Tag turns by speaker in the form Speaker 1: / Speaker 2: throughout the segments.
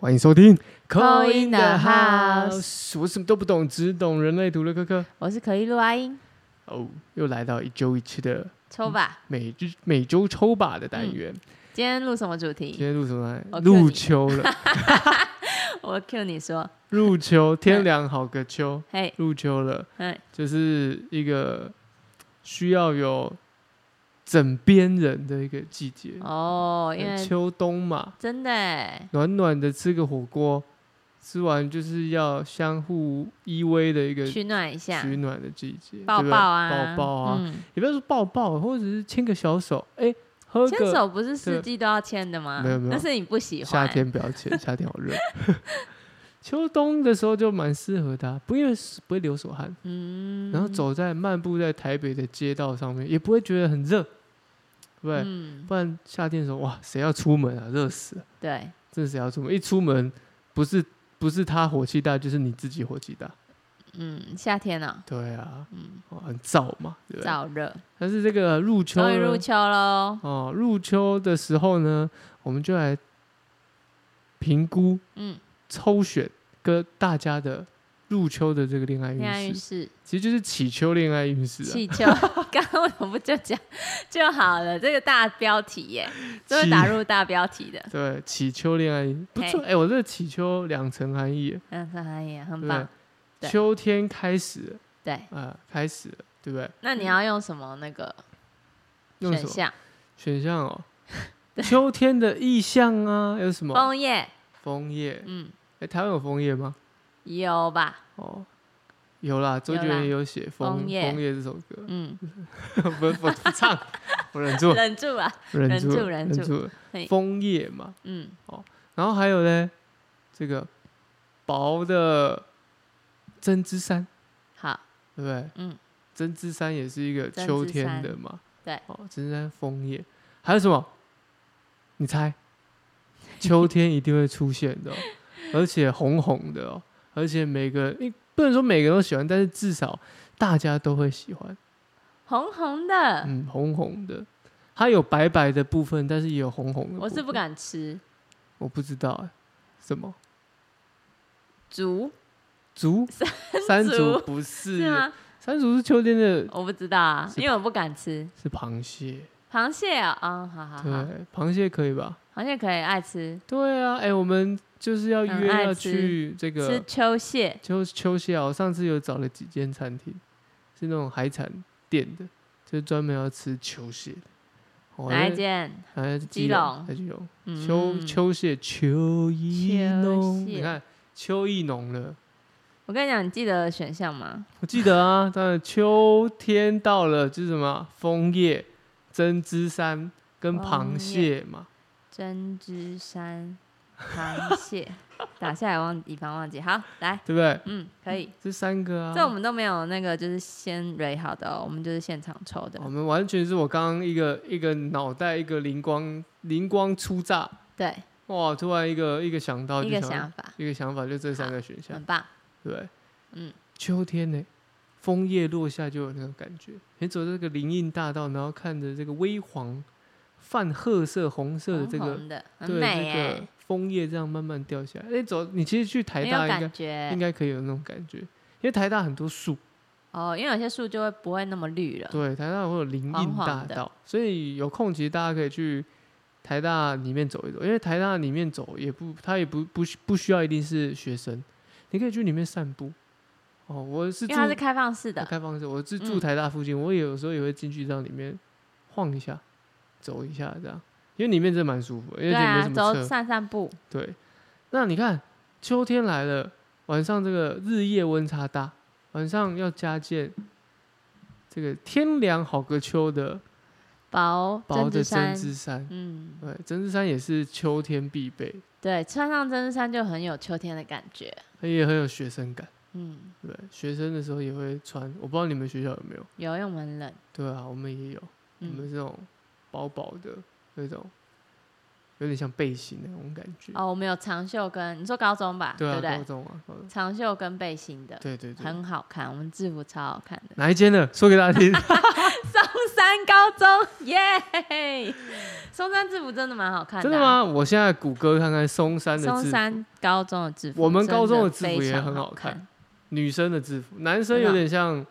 Speaker 1: 欢迎收听
Speaker 2: Call in the
Speaker 1: House。我什么都不懂，只懂人类图的哥哥。
Speaker 2: 我是可丽露阿英，
Speaker 1: 哦，又来到一周一次的
Speaker 2: 抽吧。
Speaker 1: 每日每周抽把的单元。
Speaker 2: 今天录什么主
Speaker 1: 今
Speaker 2: 题？
Speaker 1: 天录什么
Speaker 2: 我
Speaker 1: 来？
Speaker 2: Q 你
Speaker 1: 入秋 了，
Speaker 2: 我 Q 你说，
Speaker 1: 入秋，天凉好个秋，
Speaker 2: 嘿，
Speaker 1: 入秋了，
Speaker 2: 嗯，
Speaker 1: 就是一个需要有枕边人的一个季节。
Speaker 2: 哦，因为
Speaker 1: 秋冬嘛，
Speaker 2: 真的耶，
Speaker 1: 暖暖的吃个火锅，吃完就是要相互依偎的一个
Speaker 2: 取暖一下，
Speaker 1: 取暖的季节，
Speaker 2: 抱
Speaker 1: 对不
Speaker 2: 抱
Speaker 1: 对
Speaker 2: 啊，
Speaker 1: 抱抱啊，
Speaker 2: 嗯，
Speaker 1: 也不要说抱抱，或者是牵个小手，哎、喝
Speaker 2: 牵
Speaker 1: 个
Speaker 2: 手不是四季都要牵的吗？
Speaker 1: 没有没有
Speaker 2: 但是你不喜
Speaker 1: 夏
Speaker 2: 欢，
Speaker 1: 天不要 牵，夏天好热。秋冬的时候就蛮适合的啊、不因为不会流手汗，
Speaker 2: 嗯，
Speaker 1: 然后，走在漫步在台北的街道上面，也不会觉得很热，对不对？
Speaker 2: 嗯，
Speaker 1: 不然夏天的时候，哇，谁要出门啊？热死了，
Speaker 2: 对，
Speaker 1: 真的谁要出门？一出门不是不是他火气大，就是你自己火气大。
Speaker 2: 嗯，夏天啊，
Speaker 1: 对啊，
Speaker 2: 嗯，
Speaker 1: 哦很燥嘛，对不对？
Speaker 2: 燥热，
Speaker 1: 但是这个入秋
Speaker 2: 终于入
Speaker 1: 呢，
Speaker 2: 秋喽，
Speaker 1: 哦，入秋的时候呢，我们就来评估
Speaker 2: 嗯，
Speaker 1: 抽选跟大家的入秋的这个恋爱
Speaker 2: 恋爱
Speaker 1: 运
Speaker 2: 运
Speaker 1: 势，
Speaker 2: 势，
Speaker 1: 其实就是祈秋恋爱运势哎啊。
Speaker 2: 气球， 刚刚为什么不就讲就好了？这个大标题耶，这 会
Speaker 1: 气
Speaker 2: 打入大标题的，
Speaker 1: 对，祈秋恋爱运不错，哎、我这个祈秋两层含义耶，
Speaker 2: 嗯，很哎呀，
Speaker 1: 对
Speaker 2: 很
Speaker 1: 不对
Speaker 2: 棒，？对
Speaker 1: 秋天开始了
Speaker 2: 对。
Speaker 1: 啊、开始了，对不对？
Speaker 2: 那你要用什么那个
Speaker 1: 用什
Speaker 2: 选
Speaker 1: 么
Speaker 2: 项？
Speaker 1: 选项 哦？秋天的意象啊，有什么？
Speaker 2: 枫叶，
Speaker 1: 枫叶，
Speaker 2: 嗯，
Speaker 1: 哎、台湾有枫叶吗？
Speaker 2: 有吧？
Speaker 1: 哦，有啦，周
Speaker 2: 有
Speaker 1: 杰
Speaker 2: 啦
Speaker 1: 伦也有写《枫
Speaker 2: 枫
Speaker 1: 枫
Speaker 2: 叶
Speaker 1: 叶》这首歌，
Speaker 2: 嗯，
Speaker 1: 不是我不唱，我忍住了，
Speaker 2: 忍住啊，
Speaker 1: 忍住了，忍
Speaker 2: 忍住忍住
Speaker 1: 住了
Speaker 2: 嘿，
Speaker 1: 枫叶嘛。
Speaker 2: 嗯，
Speaker 1: 然后还有呢，这个薄的针织衫，
Speaker 2: 好，
Speaker 1: 对不对？
Speaker 2: 嗯，
Speaker 1: 针织衫也是一个
Speaker 2: 针织
Speaker 1: 秋天的嘛。
Speaker 2: 对
Speaker 1: 哦，针织衫、枫叶，还有什么？你 猜？秋天一定会出现的哦、而且红红的哦，而且每个你不能说每个人都喜欢，但是至少大家都会喜欢。
Speaker 2: 红红的，
Speaker 1: 嗯，红红的，它有白白的部分，但是也有红红的。
Speaker 2: 我是不，敢吃
Speaker 1: 我不知道哎、什么
Speaker 2: 竹，
Speaker 1: 竹？山
Speaker 2: 竹
Speaker 1: 不是
Speaker 2: 是吗？
Speaker 1: 山竹是秋天的，
Speaker 2: 我不知道啊，
Speaker 1: 是
Speaker 2: 因为我不敢吃
Speaker 1: 是螃蟹。
Speaker 2: 螃蟹啊，嗯，好好
Speaker 1: 对
Speaker 2: 好，，
Speaker 1: 螃蟹可以吧？
Speaker 2: 螃蟹可以爱吃，
Speaker 1: 对啊，哎、我们就是要
Speaker 2: 很
Speaker 1: 约
Speaker 2: 爱
Speaker 1: 要
Speaker 2: 吃
Speaker 1: 去这
Speaker 2: 吃
Speaker 1: 个
Speaker 2: 秋蟹，
Speaker 1: 秋秋蟹啊。我上次有找了几间餐厅，是那种海产店的，就是专门要吃秋蟹的。哦
Speaker 2: 哪一
Speaker 1: 那
Speaker 2: 件？
Speaker 1: 好像是
Speaker 2: 基
Speaker 1: 基
Speaker 2: 隆
Speaker 1: 隆，还是基隆。
Speaker 2: 嗯
Speaker 1: 秋，秋蟹秋意浓，
Speaker 2: 秋蟹
Speaker 1: 你看秋意浓了。
Speaker 2: 我跟你讲，你记得选项吗？
Speaker 1: 我记得啊，当然秋天到了就是什么枫叶、针织衫跟螃蟹嘛。
Speaker 2: 针织衫，螃蟹， 打下来忘，以防忘记。好，来，
Speaker 1: 对不对？
Speaker 2: 嗯，可以。
Speaker 1: 这三个啊，
Speaker 2: 这我们都没有那个，就是先蕊好的、哦，我们就是现场抽的
Speaker 1: 我。们完全是我刚刚一个一个脑袋一个灵光灵光出乍，
Speaker 2: 对，
Speaker 1: 哇！突然一个一个想哦到就
Speaker 2: 一个
Speaker 1: 想
Speaker 2: 想
Speaker 1: 到
Speaker 2: 法，
Speaker 1: 一个想法，就这三个选项
Speaker 2: 很，棒。
Speaker 1: 对不对？
Speaker 2: 嗯，
Speaker 1: 秋天呢、枫叶落下就有那种感觉。你走这个林荫大道，然后看着这个微黄、泛褐色、红色的这个
Speaker 2: 红红的，哦很
Speaker 1: 对，
Speaker 2: 美
Speaker 1: 这个
Speaker 2: 哎，
Speaker 1: 枫叶这样慢慢掉下来。哎，走，你其实去台
Speaker 2: 很有
Speaker 1: 大应
Speaker 2: 感
Speaker 1: 该
Speaker 2: 觉
Speaker 1: 应该可以有那种感觉，因为台大很多树，
Speaker 2: 哦。因为有些树就会不会那么绿了。
Speaker 1: 对，台大会有林荫
Speaker 2: 黄黄
Speaker 1: 大
Speaker 2: 的
Speaker 1: 道，所以有空其实大家可以去台大里面走一走，因为台大里面走也不，它也不不需不需要一定是学生，你可以去里面散步。哦，我是住
Speaker 2: 因为它是开放式的，
Speaker 1: 开放式，我是住
Speaker 2: 嗯
Speaker 1: 台大附近，我有时候也会进去让里面晃一下，走一下这样，因为里面真的蛮舒服，因为
Speaker 2: 对
Speaker 1: 这里没
Speaker 2: 啊，
Speaker 1: 什么
Speaker 2: 走
Speaker 1: 车。
Speaker 2: 散散步，
Speaker 1: 对，那你看秋天来了，晚上这个日夜温差大，晚上要加件这个天凉好个秋的
Speaker 2: 薄
Speaker 1: 薄的针
Speaker 2: 织衫，
Speaker 1: 织衫。
Speaker 2: 嗯，
Speaker 1: 对，针织衫也是秋天必备，
Speaker 2: 对，穿上针织衫就很有秋天的感觉，
Speaker 1: 它也很有学生感。
Speaker 2: 嗯，
Speaker 1: 对，学生的时候也会穿，我不知道你们学校有没有。
Speaker 2: 有用很冷，
Speaker 1: 对啊，我们也有，我
Speaker 2: 嗯，
Speaker 1: 们这种薄薄的那种，有点像背心那种感觉。
Speaker 2: 哦，我们有长袖跟你说高中吧，
Speaker 1: 对
Speaker 2: 对
Speaker 1: 啊，高
Speaker 2: 不对？
Speaker 1: 中啊，高中
Speaker 2: 长袖跟背心的，
Speaker 1: 对对对，
Speaker 2: 很好看，我们制服超好看的。
Speaker 1: 哪一间的？说给大家听。
Speaker 2: 送山高中，耶、松山制服真的蛮好看啊
Speaker 1: 真的？吗？我现在谷歌看看松山的
Speaker 2: 松
Speaker 1: 制服，
Speaker 2: 山高中的制服，
Speaker 1: 我们高中的
Speaker 2: 的
Speaker 1: 制服也
Speaker 2: 非常
Speaker 1: 很好
Speaker 2: 好
Speaker 1: 看，女生的制服，男生
Speaker 2: 真的
Speaker 1: 有
Speaker 2: 哦
Speaker 1: 点像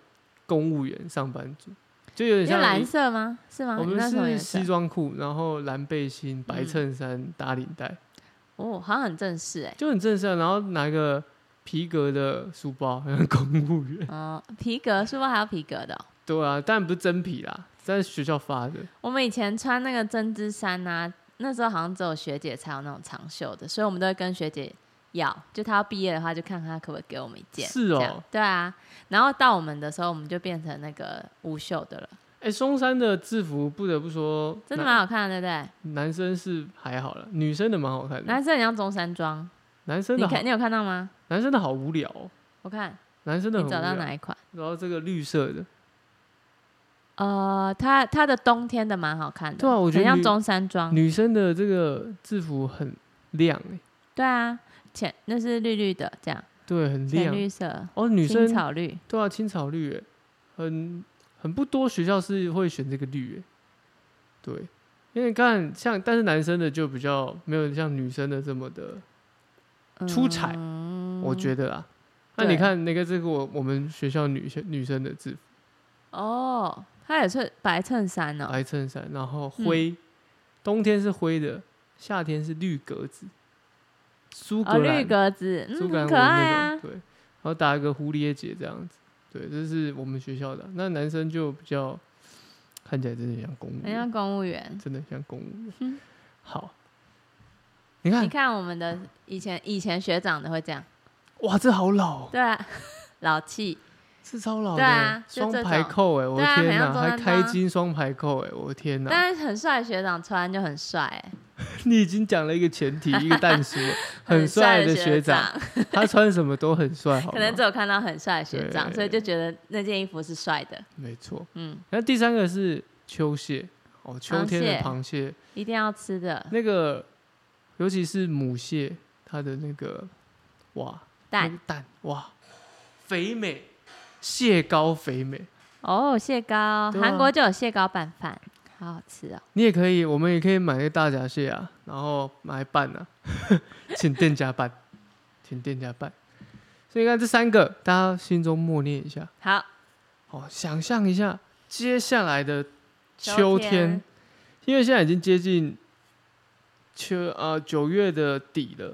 Speaker 1: 公务员上班族，就有点
Speaker 2: 因为
Speaker 1: 像
Speaker 2: 蓝
Speaker 1: 你
Speaker 2: 色吗？是吗？
Speaker 1: 我
Speaker 2: 你
Speaker 1: 们
Speaker 2: 那什么
Speaker 1: 是
Speaker 2: 颜色
Speaker 1: 西？装裤，然后蓝背心、白
Speaker 2: 嗯
Speaker 1: 衬衫、打领带，
Speaker 2: 哦，好像很正式哎、
Speaker 1: 就很正式啊。然后拿一个皮革的书包，好像公务员。
Speaker 2: 哦，皮革是不是还有皮革的哦、
Speaker 1: 对啊，但不是真皮啦，在学校发的。
Speaker 2: 我们以前穿那个针织衫啊，那时候好像只有学姐才有那种长袖的，所以我们都会跟学姐要，就她要毕业的话，就看她可不可以给我们一件。
Speaker 1: 是
Speaker 2: 这
Speaker 1: 哦
Speaker 2: 样，对啊。然后到我们的时候，我们就变成那个无袖的了，
Speaker 1: 哎，松山的制服不得不说，
Speaker 2: 真的蛮好看的，对不对？
Speaker 1: 男男生是还好了，女生的蛮好看的。
Speaker 2: 男生很像中山装，
Speaker 1: 男生
Speaker 2: 你
Speaker 1: 的哦好
Speaker 2: 看，你有看到吗？
Speaker 1: 男生的好无聊、哦，
Speaker 2: 我看
Speaker 1: 男生的
Speaker 2: 你
Speaker 1: 很无
Speaker 2: 找到
Speaker 1: 聊。
Speaker 2: 哪一款？
Speaker 1: 然后这个绿色的，
Speaker 2: 呃，它它的冬天的蛮好看的，
Speaker 1: 对啊我觉得
Speaker 2: 很像
Speaker 1: 女
Speaker 2: 中山装，
Speaker 1: 女生的这个制服很亮、欸，
Speaker 2: 对啊，浅那是绿绿的，这样
Speaker 1: 对，很
Speaker 2: 浅
Speaker 1: 亮。
Speaker 2: 绿色，
Speaker 1: 哦，女生
Speaker 2: 青草绿，
Speaker 1: 对啊，青草绿耶，很很不多学校是会选这个绿耶，对，因为看像，但是男生的就比较没有像女生的这么的出彩，我觉得啊。那你
Speaker 2: 嗯对
Speaker 1: 看那个这个我我们学校女生女生的制服，
Speaker 2: 哦，它也是白衬衫哦，嗯
Speaker 1: 白衬衫，然后灰，冬天是灰的，夏天是绿格子，苏
Speaker 2: 哦，
Speaker 1: 格兰、
Speaker 2: 绿格子，
Speaker 1: 苏
Speaker 2: 嗯，
Speaker 1: 格兰文
Speaker 2: 很可爱
Speaker 1: 那
Speaker 2: 啊
Speaker 1: 种，。对，然后打一个蝴蝶结这样子，对，这是我们学校的啊。那男生就比较看起来真的像公务
Speaker 2: 很像
Speaker 1: 员，
Speaker 2: 公务员。
Speaker 1: 真的像公务员。好，你看
Speaker 2: 嗯你，看我们的以前以前学长的会这样，
Speaker 1: 哇，这好老哦，
Speaker 2: 对啊， 老气，
Speaker 1: 这超老
Speaker 2: 对啊
Speaker 1: 的，
Speaker 2: 就
Speaker 1: 双
Speaker 2: 这
Speaker 1: 排
Speaker 2: 种
Speaker 1: 扣哎，我
Speaker 2: 对
Speaker 1: 的
Speaker 2: 啊
Speaker 1: 天
Speaker 2: 很像
Speaker 1: 哪，
Speaker 2: 中
Speaker 1: 还
Speaker 2: 山
Speaker 1: 开
Speaker 2: 装
Speaker 1: 金双排扣哎，我的天哪，
Speaker 2: 但是很帅的学长穿就很帅欸，
Speaker 1: 你已经讲了一个前 提，一个蛋叔，很
Speaker 2: 很
Speaker 1: 帅
Speaker 2: 的
Speaker 1: 学长，，他穿什么都很帅，好
Speaker 2: 可
Speaker 1: 吗？
Speaker 2: 能只有看到很帅的学长，
Speaker 1: 对
Speaker 2: 所以就觉得那件衣服是帅的，
Speaker 1: 没错。
Speaker 2: 嗯，
Speaker 1: 那第三个是秋蟹哦，秋
Speaker 2: 螃
Speaker 1: 天的
Speaker 2: 蟹
Speaker 1: 螃蟹。
Speaker 2: 一定要吃的
Speaker 1: 那个，尤其是母蟹，它的那个哇那
Speaker 2: 蛋
Speaker 1: 个蛋哇，肥美，蟹膏肥美。
Speaker 2: 哦，蟹膏，
Speaker 1: 对啊
Speaker 2: 韩国就有蟹膏拌饭，好好吃哦。
Speaker 1: 你也可以，我们也可以买那个大闸蟹啊，然后买来拌啊， 请店家拌，请店家拌。所以你看这三个，大家心中默念一下，
Speaker 2: 好，
Speaker 1: 哦，想象一下接下来的秋
Speaker 2: 秋
Speaker 1: 天，
Speaker 2: 天
Speaker 1: 因为现在已经接近秋呃九月的底了，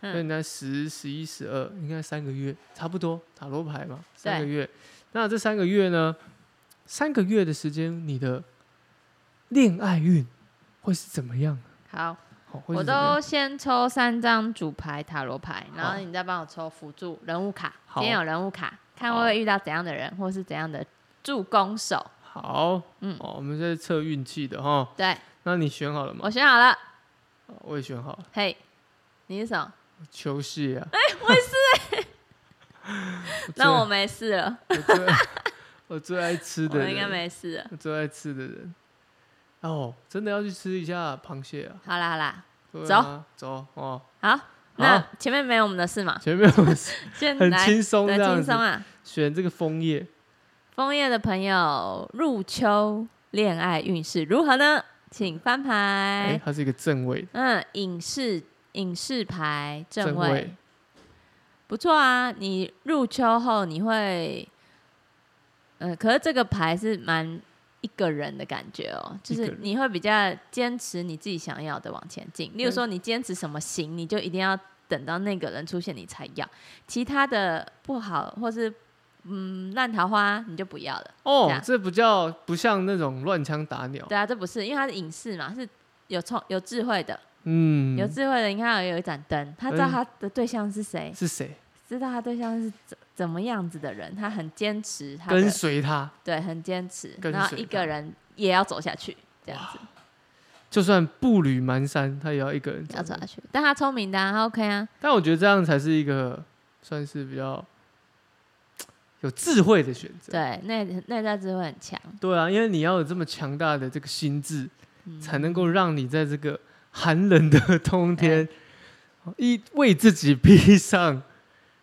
Speaker 2: 嗯
Speaker 1: 那应该十、十一、十二，应该三个月差不多，塔罗牌嘛，三个月。那这三个月呢，三个月的时间，你的恋爱运会是怎么样？
Speaker 2: 好，
Speaker 1: 哦、会是
Speaker 2: 我
Speaker 1: 怎么样
Speaker 2: 都先抽三张主牌塔罗牌，然
Speaker 1: 好
Speaker 2: 后你再帮我抽辅助人物卡。
Speaker 1: 好
Speaker 2: 今天有人物卡，看会不
Speaker 1: 好
Speaker 2: 会遇到怎样的人，或是怎样的助攻手。
Speaker 1: 好，嗯
Speaker 2: 嗯，
Speaker 1: 哦，我们在测运气的哈。
Speaker 2: 对
Speaker 1: 那你选好了吗
Speaker 2: 我？选好了，
Speaker 1: 哦我也选好了，
Speaker 2: 嘿，你是什么？
Speaker 1: 球系啊。
Speaker 2: 哎
Speaker 1: 我也是
Speaker 2: 那我没事了，
Speaker 1: 我最我最爱吃的
Speaker 2: 我
Speaker 1: 人，
Speaker 2: 应该没事了。
Speaker 1: 我 最爱吃的人。哦，真的要去吃一下螃蟹啊！
Speaker 2: 好啦好啦，
Speaker 1: 对啊走哦，
Speaker 2: 好，那前面没有我们的事嘛，
Speaker 1: 前面 我们是
Speaker 2: 先
Speaker 1: 很
Speaker 2: 来
Speaker 1: 轻松
Speaker 2: 对
Speaker 1: 这样
Speaker 2: 轻
Speaker 1: 子
Speaker 2: 松，啊。
Speaker 1: 选这个枫叶，
Speaker 2: 枫叶的朋友入秋，恋爱运势如何呢？请翻
Speaker 1: 哎
Speaker 2: 牌，。
Speaker 1: 它是一个正位的，
Speaker 2: 嗯，影视影视牌正
Speaker 1: 正
Speaker 2: 位，
Speaker 1: 位
Speaker 2: 不错啊。你入秋后你会，嗯、可是这个牌是蛮一个人的感觉哦，就
Speaker 1: 一个
Speaker 2: 是
Speaker 1: 人
Speaker 2: 你会比较坚持你自己想要的往前进。例如说，你坚持什么行，你就一定要等到那个人出现你才要，其他的不好或是嗯烂桃花你就不要了。这
Speaker 1: 哦，
Speaker 2: 样
Speaker 1: 这不叫不像那种乱枪打鸟，
Speaker 2: 对啊，这不是因为它是影视嘛，是有聪有智慧的。
Speaker 1: 嗯哎
Speaker 2: 有，智慧的，你看有一盏灯，他知道他的对象是谁，
Speaker 1: 是谁
Speaker 2: 知道他对象是怎怎么样子的人，他很坚持，他的
Speaker 1: 跟随他，
Speaker 2: 对很坚持，
Speaker 1: 跟
Speaker 2: 然后
Speaker 1: 随
Speaker 2: 一
Speaker 1: 他
Speaker 2: 个人也要走下去，这样子
Speaker 1: 就算步履蹒跚，他也要一个人走
Speaker 2: 要。走下去。嗯但他聪明的、啊，他 OK 啊，
Speaker 1: 但我觉得这样才是一个算是比较有智慧的选择。
Speaker 2: 对，内内在智慧很 强，
Speaker 1: 对啊，因为你要有这么强大的这个心智，
Speaker 2: 嗯
Speaker 1: 才能够让你在这个寒冷的冬天，
Speaker 2: 哎
Speaker 1: 一为自己披上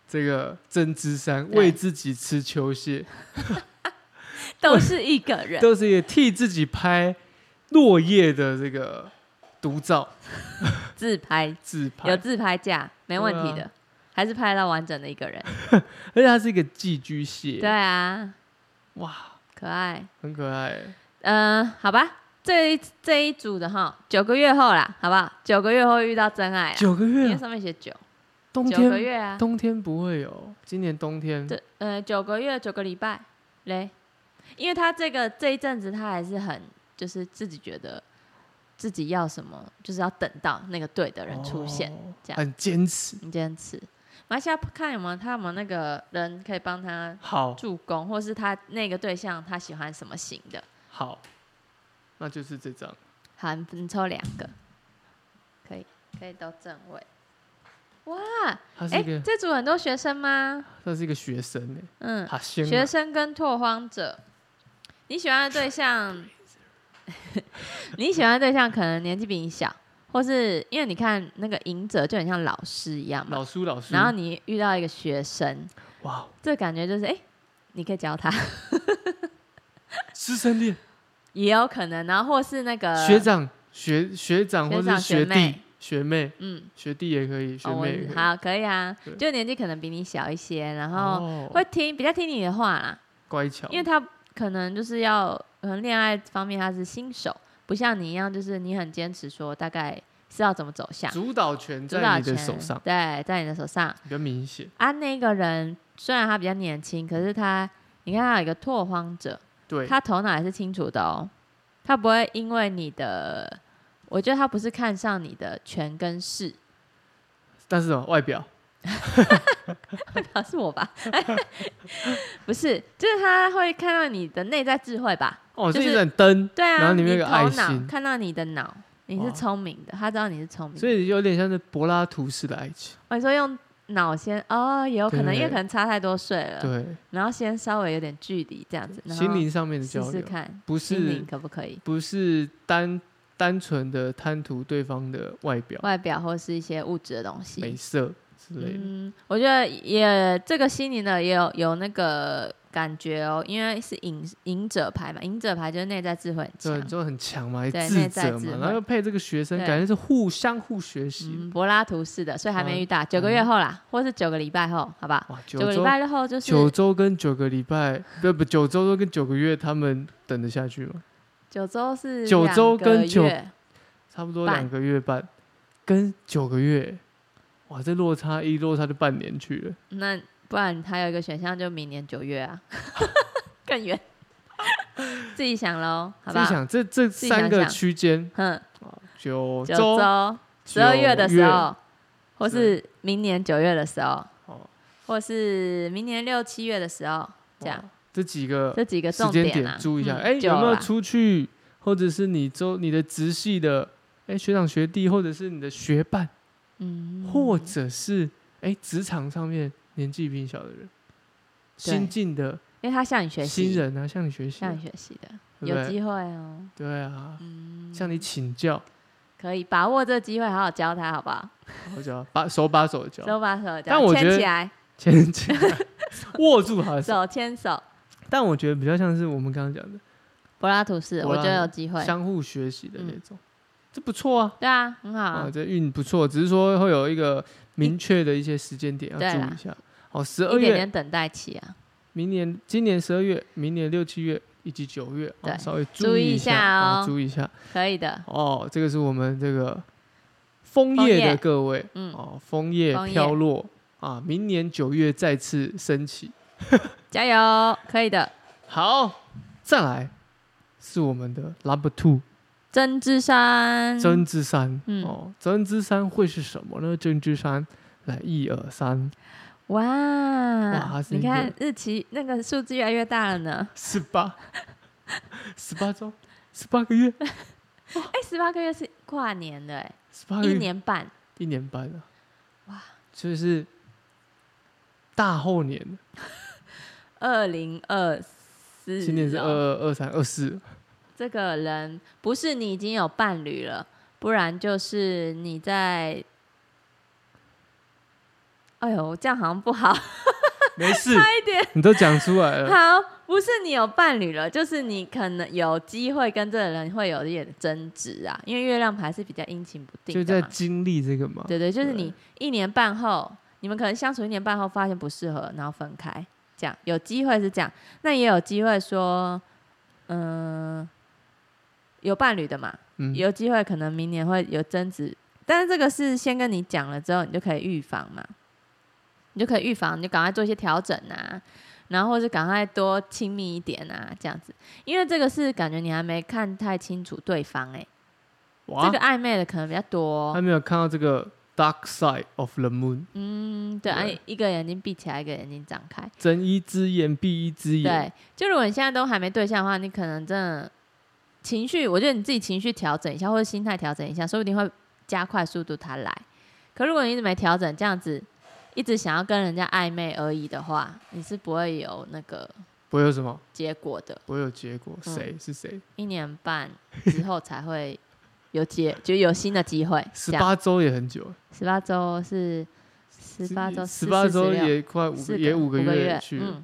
Speaker 1: 这个针织衫，
Speaker 2: 对
Speaker 1: 为自己吃球鞋。
Speaker 2: 都是一个人，
Speaker 1: 都是一个替自己拍落叶的这个独照
Speaker 2: 自拍
Speaker 1: 自拍
Speaker 2: 有，自拍架，没问题
Speaker 1: 对
Speaker 2: 的，
Speaker 1: 啊
Speaker 2: 还是拍到完整的一个人。
Speaker 1: 而且它是一个寄居蟹，
Speaker 2: 对啊，
Speaker 1: 哇，
Speaker 2: 可爱。
Speaker 1: 很可爱。
Speaker 2: 嗯、好吧，这一这一组的哈，九个月后啦，好不好？九个月后遇到真爱啦，
Speaker 1: 九个
Speaker 2: 因
Speaker 1: 月
Speaker 2: 为
Speaker 1: 啊，
Speaker 2: 上面写九，
Speaker 1: 冬
Speaker 2: 九个
Speaker 1: 天
Speaker 2: 月啊，
Speaker 1: 冬天不会有，今年冬天
Speaker 2: 对，呃，九个月九个礼拜嘞，因为他这个这一阵子他还是很就是自己觉得自己要什么，就是要等到那个对的人出现，
Speaker 1: 哦
Speaker 2: 这样
Speaker 1: 很坚持。
Speaker 2: 你坚持。马来西亚看有没有他有没有那个人可以帮他
Speaker 1: 好，
Speaker 2: 助攻，或是他那个对象他喜欢什么型的。
Speaker 1: 好，那就是这张。
Speaker 2: 好，你你抽两个，可以，可以都正位。哇，
Speaker 1: 他是
Speaker 2: 哎、
Speaker 1: 一个，
Speaker 2: 这组很多学生吗？
Speaker 1: 他是一个学生哎，
Speaker 2: 嗯，
Speaker 1: 他先
Speaker 2: 学生跟拓荒者，你喜欢的对象， 你喜欢的对象可能年纪比你小，或是因为你看那个赢者就很像老师一样嘛，
Speaker 1: 老苏老师，
Speaker 2: 然后你遇到一个学生，
Speaker 1: 哇，
Speaker 2: 这感觉就是哎、你可以教他，
Speaker 1: 师生恋，
Speaker 2: 也有可能，然后或是那个
Speaker 1: 学，长、学学长
Speaker 2: 呃学
Speaker 1: 或
Speaker 2: 长
Speaker 1: 是
Speaker 2: 学
Speaker 1: 学弟
Speaker 2: 妹、
Speaker 1: 学妹、
Speaker 2: 嗯，
Speaker 1: 学弟也可以，学
Speaker 2: 哦，我
Speaker 1: 妹也可以。
Speaker 2: 好，可以啊
Speaker 1: 对，
Speaker 2: 就年纪可能比你小一些，然后
Speaker 1: 哦
Speaker 2: 会听比较听你的话啦，
Speaker 1: 乖巧，
Speaker 2: 因为他可能就是要可能恋爱方面他是新手，不像你一样，就是你很坚持说大概是要怎么走向，
Speaker 1: 主导权
Speaker 2: 主导
Speaker 1: 在你的
Speaker 2: 权
Speaker 1: 手上，
Speaker 2: 对，在你的手上。
Speaker 1: 比较明显。
Speaker 2: 啊，那个人虽然他比较年轻，可是他你看他有一个拓荒者，
Speaker 1: 对，
Speaker 2: 他头脑还是清楚的哦，他不会因为你的，我觉得他不是看上你的权跟势，
Speaker 1: 但是什么外表
Speaker 2: 啊，是 我吧？ 不是，就是他会看到你的内在智慧吧？
Speaker 1: 哦，
Speaker 2: 就是
Speaker 1: 是一盏灯，
Speaker 2: 对啊，
Speaker 1: 然后里
Speaker 2: 你
Speaker 1: 面有个爱
Speaker 2: 头脑
Speaker 1: 心
Speaker 2: 看到你的脑，你是
Speaker 1: 哦
Speaker 2: 聪明的，他知道你是聪明的。
Speaker 1: 所以有点像是柏拉图式的爱情。
Speaker 2: 我说用脑先哦，也有可能，因为
Speaker 1: 对
Speaker 2: 可能差太多岁了，
Speaker 1: 对，
Speaker 2: 然后先稍微有点距离这样子，呃然
Speaker 1: 心
Speaker 2: 后
Speaker 1: 灵上面的
Speaker 2: 试
Speaker 1: 交
Speaker 2: 试
Speaker 1: 流，
Speaker 2: 看，
Speaker 1: 不
Speaker 2: 心灵
Speaker 1: 是
Speaker 2: 可不可以？
Speaker 1: 不是单单纯的贪图对方的外表、
Speaker 2: 外表或是一些物质的东西，
Speaker 1: 美色之类的。
Speaker 2: 嗯，我觉得也这个心灵的也有有那个感觉哦，因为是赢赢者牌嘛，赢者牌就是内在智慧很
Speaker 1: 对，
Speaker 2: 嗯强
Speaker 1: 你。说很强嘛，还
Speaker 2: 对
Speaker 1: 智
Speaker 2: 内在
Speaker 1: 者
Speaker 2: 智
Speaker 1: 嘛，
Speaker 2: 慧
Speaker 1: 然后又配这个学生，
Speaker 2: 对
Speaker 1: 感觉是互相互学习。
Speaker 2: 嗯，柏拉图式的，所以还没
Speaker 1: 嗯
Speaker 2: 遇到，九个月后啦，或是九个礼拜后，好不好？
Speaker 1: 哇，九
Speaker 2: 九个礼
Speaker 1: 周
Speaker 2: 拜后就是
Speaker 1: 九周跟九个礼拜，不不，九周都跟九个月，他们等得下去吗？
Speaker 2: 九周是
Speaker 1: 九周跟
Speaker 2: 两个
Speaker 1: 九
Speaker 2: 月
Speaker 1: 差不多
Speaker 2: 半
Speaker 1: 两个月半，跟九个月，哇，这落差一落差就半年去了。
Speaker 2: 那不然还有一个选项就明年九月啊， 更远， 自己想喽，好不
Speaker 1: 自己
Speaker 2: 好？
Speaker 1: 想，这这
Speaker 2: 己想
Speaker 1: 三个
Speaker 2: 想
Speaker 1: 区间，
Speaker 2: 哼，
Speaker 1: 九
Speaker 2: 九
Speaker 1: 周
Speaker 2: 周十二月的时，候，或是明年九月的时候，
Speaker 1: 哦
Speaker 2: 或是明年六七月的时候，这样
Speaker 1: 哇这几个
Speaker 2: 这几个
Speaker 1: 哦时
Speaker 2: 重
Speaker 1: 间
Speaker 2: 啊
Speaker 1: 点，注意一下，
Speaker 2: 嗯
Speaker 1: 哎，
Speaker 2: 久
Speaker 1: 有没有
Speaker 2: 啦
Speaker 1: 出去，或者是你周你的直系的，哎，学长学弟，或者是你的学伴，
Speaker 2: 嗯
Speaker 1: 或者是哎职场上面年纪比你小的人，
Speaker 2: 对
Speaker 1: 新进的
Speaker 2: 因为他向你学习，
Speaker 1: 新人啊，向你学习啊，
Speaker 2: 向你学习的，
Speaker 1: 对不
Speaker 2: 有
Speaker 1: 对？
Speaker 2: 机会哦，
Speaker 1: 对啊，
Speaker 2: 嗯，
Speaker 1: 向你请教，
Speaker 2: 可以把握这个机会，好好教他，好不好？
Speaker 1: 好教，把手把手教，
Speaker 2: 手把手教，
Speaker 1: 但我觉
Speaker 2: 牵
Speaker 1: 得
Speaker 2: 起来，
Speaker 1: 牵起来，握住他的手。
Speaker 2: 手牵手，
Speaker 1: 但我觉得比较像是我们刚刚讲的
Speaker 2: 柏拉图式，
Speaker 1: 柏
Speaker 2: 我
Speaker 1: 拉
Speaker 2: 觉得有机会，嗯
Speaker 1: 相互学习的那种，这不错啊。
Speaker 2: 对啊，很好
Speaker 1: 啊，
Speaker 2: 啊，
Speaker 1: 这运不错，只是说会有一个明确的一些时间点要
Speaker 2: 对啦
Speaker 1: 注意一下。好，十呃二
Speaker 2: 一点
Speaker 1: 月，
Speaker 2: 点等待期啊，
Speaker 1: 明年、今年十二月、明年六七月以及九月，啊
Speaker 2: 对
Speaker 1: 稍微
Speaker 2: 注意
Speaker 1: 意
Speaker 2: 一
Speaker 1: 一
Speaker 2: 下哦
Speaker 1: 啊注意一下。
Speaker 2: 可以的，
Speaker 1: 哦，这个是我们这个枫
Speaker 2: 枫
Speaker 1: 叶
Speaker 2: 叶
Speaker 1: 的各位，
Speaker 2: 嗯，
Speaker 1: 哦，枫叶
Speaker 2: 枫叶
Speaker 1: 飘落啊，明年九月再次升起。
Speaker 2: 加油，可以的，
Speaker 1: 好，再来是我们的 Number Two
Speaker 2: 针之山，
Speaker 1: 针之山、
Speaker 2: 嗯
Speaker 1: 哦，针之山会是什么呢？针之山，来一二三，
Speaker 2: 哇
Speaker 1: 它，是
Speaker 2: 你
Speaker 1: 一个
Speaker 2: 看日期那个数字越来越大了呢，
Speaker 1: 十八，十八周，十八个月，
Speaker 2: 哎，十八个月是跨年的，哎，
Speaker 1: 十八个
Speaker 2: 一
Speaker 1: 月，
Speaker 2: 年半，
Speaker 1: 一年半啊，
Speaker 2: 哇，
Speaker 1: 就是大后年，
Speaker 2: 二零二四，哦
Speaker 1: 今年是二二二三二四，
Speaker 2: 这个人不是你已经有伴侣了，不然就是你在。哎呦，这样好像不好，
Speaker 1: 没事，
Speaker 2: 快一点。
Speaker 1: 你都讲出来了，
Speaker 2: 好，不是你有伴侣了，就是你可能有机会跟这个人会有一点争执啊，因为月亮牌是比较阴晴不
Speaker 1: 就
Speaker 2: 定
Speaker 1: 在
Speaker 2: 的嘛。
Speaker 1: 经历这个嘛。
Speaker 2: 对对，就是
Speaker 1: 对
Speaker 2: 你一年半后，你们可能相处一年半后发现不适合，然后分开，这样有机会是这样，那也有机会说，嗯、有伴侣的嘛，
Speaker 1: 嗯，
Speaker 2: 有机会可能明年会有争执，但是这个是先跟你讲了之后，你就可以预防嘛，你就可以预防，你就赶快做一些调整啊，然后或是赶快多亲密一点啊，这样子，因为这个是感觉你还没看太清楚对方哎、
Speaker 1: 哇
Speaker 2: 这个哦暧昧的可能比较多
Speaker 1: 还，没有看到这个 dark side of the moon，
Speaker 2: 嗯，对，啊
Speaker 1: 对
Speaker 2: 一个眼睛闭起来，一个眼睛张开，
Speaker 1: 睁一只眼闭一只眼。
Speaker 2: 对，就如果你现在都还没对象的话，你可能真的情绪，我觉得你自己情绪调整一下，或者心态调整一下，说不定会加快速度它来。可如果你一直没调整，这样子一直想要跟人家暧昧而已的话，你是不会有那个
Speaker 1: 不会有什么，
Speaker 2: 结果的，
Speaker 1: 不会有结果。
Speaker 2: 嗯
Speaker 1: 谁是谁？
Speaker 2: 一年半之后才会有结，就有新的机会。
Speaker 1: 十
Speaker 2: 这样
Speaker 1: 八周也很久，
Speaker 2: 十八周是十八周，
Speaker 1: 十八周
Speaker 2: 14 16
Speaker 1: 也快五
Speaker 2: 四
Speaker 1: 个，也五个
Speaker 2: 月
Speaker 1: 去了。
Speaker 2: 嗯，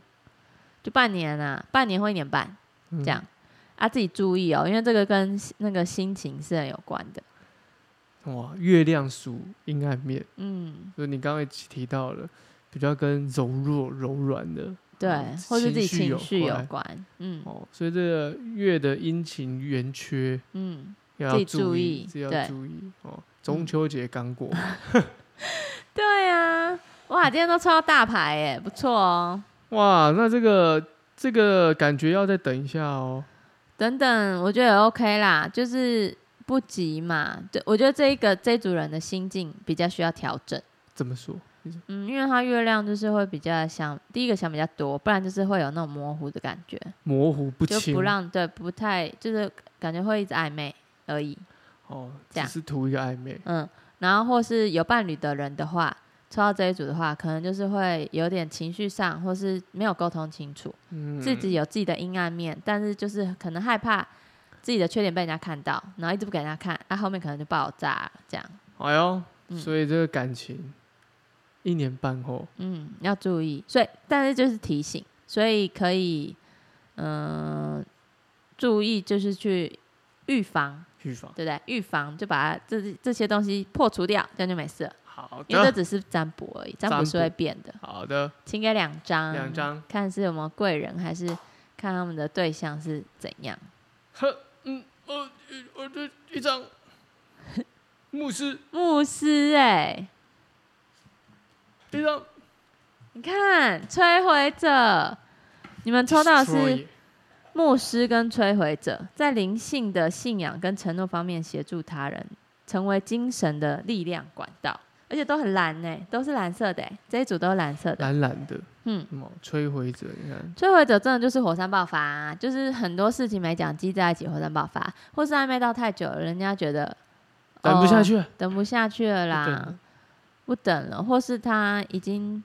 Speaker 2: 就半年啊，半年或一年半
Speaker 1: 嗯
Speaker 2: 这样、啊，自己注意哦，因为这个跟那个心情是很有关的。
Speaker 1: 哇，月亮属阴暗面，
Speaker 2: 嗯，
Speaker 1: 就是你刚刚也提到了，比较跟柔弱、柔软的
Speaker 2: 对
Speaker 1: 嗯，
Speaker 2: 或是自己
Speaker 1: 情绪有
Speaker 2: 情绪有
Speaker 1: 关
Speaker 2: 关，嗯
Speaker 1: 哦，所以这个月的阴晴圆缺
Speaker 2: 嗯，
Speaker 1: 要
Speaker 2: 自己注
Speaker 1: 注
Speaker 2: 意
Speaker 1: 这要
Speaker 2: 对
Speaker 1: 注意哦。中秋节刚过，
Speaker 2: 对啊，哇，今天都抽到大牌耶，不错哦。
Speaker 1: 哇，那这个这个感觉要再等一下哦。
Speaker 2: 等等，我觉得也 OK 啦，就是不急嘛。对，我觉得这一个这一组人的心境比较需要调整。
Speaker 1: 怎么说？
Speaker 2: 嗯，因为他月亮就是会比较想，第一个想比较多，不然就是会有那种模糊的感觉。
Speaker 1: 模糊不
Speaker 2: 就
Speaker 1: 清，
Speaker 2: 不让对，不太就是感觉会一直暧昧而已，
Speaker 1: 哦，
Speaker 2: 这
Speaker 1: 只
Speaker 2: 样
Speaker 1: 是图一个暧昧。
Speaker 2: 嗯，然后或是有伴侣的人的话，抽到这一组的话，可能就是会有点情绪上，或是没有沟通清楚，
Speaker 1: 嗯，
Speaker 2: 自己有自己的阴暗面，但是就是可能害怕自己的缺点被人家看到，然后一直不给人家看，啊，后面可能就爆炸了，这样，
Speaker 1: 哎呦，
Speaker 2: 嗯
Speaker 1: 所以这个感情一年半后，
Speaker 2: 嗯，要注意，所以但是就是提醒，所以可以，嗯、注意就是去预防。
Speaker 1: 预防
Speaker 2: 对不对？预防就把它这这些东西破除掉，这样就没事了。
Speaker 1: 好
Speaker 2: 因为这
Speaker 1: 的，
Speaker 2: 只是占卜而已，占
Speaker 1: 啊占卜
Speaker 2: 卜是会变的。
Speaker 1: 好的，
Speaker 2: 请给两张，
Speaker 1: 两张，
Speaker 2: 看是有没有贵人，还是看他们的对象是怎样。
Speaker 1: 呵，嗯，哦，我这一 张牧师，
Speaker 2: 牧师、哎，
Speaker 1: 一张
Speaker 2: 你看摧毁者，你们抽到的是
Speaker 1: destroy
Speaker 2: 牧师跟摧毁者，在灵性的信仰跟承诺方面协助他人，成为精神的力量管道，而且都很蓝呢、哎都是蓝色的、哎这一组都是蓝色的，
Speaker 1: 懒懒的，
Speaker 2: 嗯。哦
Speaker 1: 什么摧毁者？你看，
Speaker 2: 摧毁者真的就是火山爆发、啊，就是很多事情没讲积在一起，火山爆发，或是暧昧到太久了，人家觉得
Speaker 1: 等不下、去
Speaker 2: 哦等不下去了
Speaker 1: 不
Speaker 2: 啦，
Speaker 1: 等了
Speaker 2: 不等了，或是他已经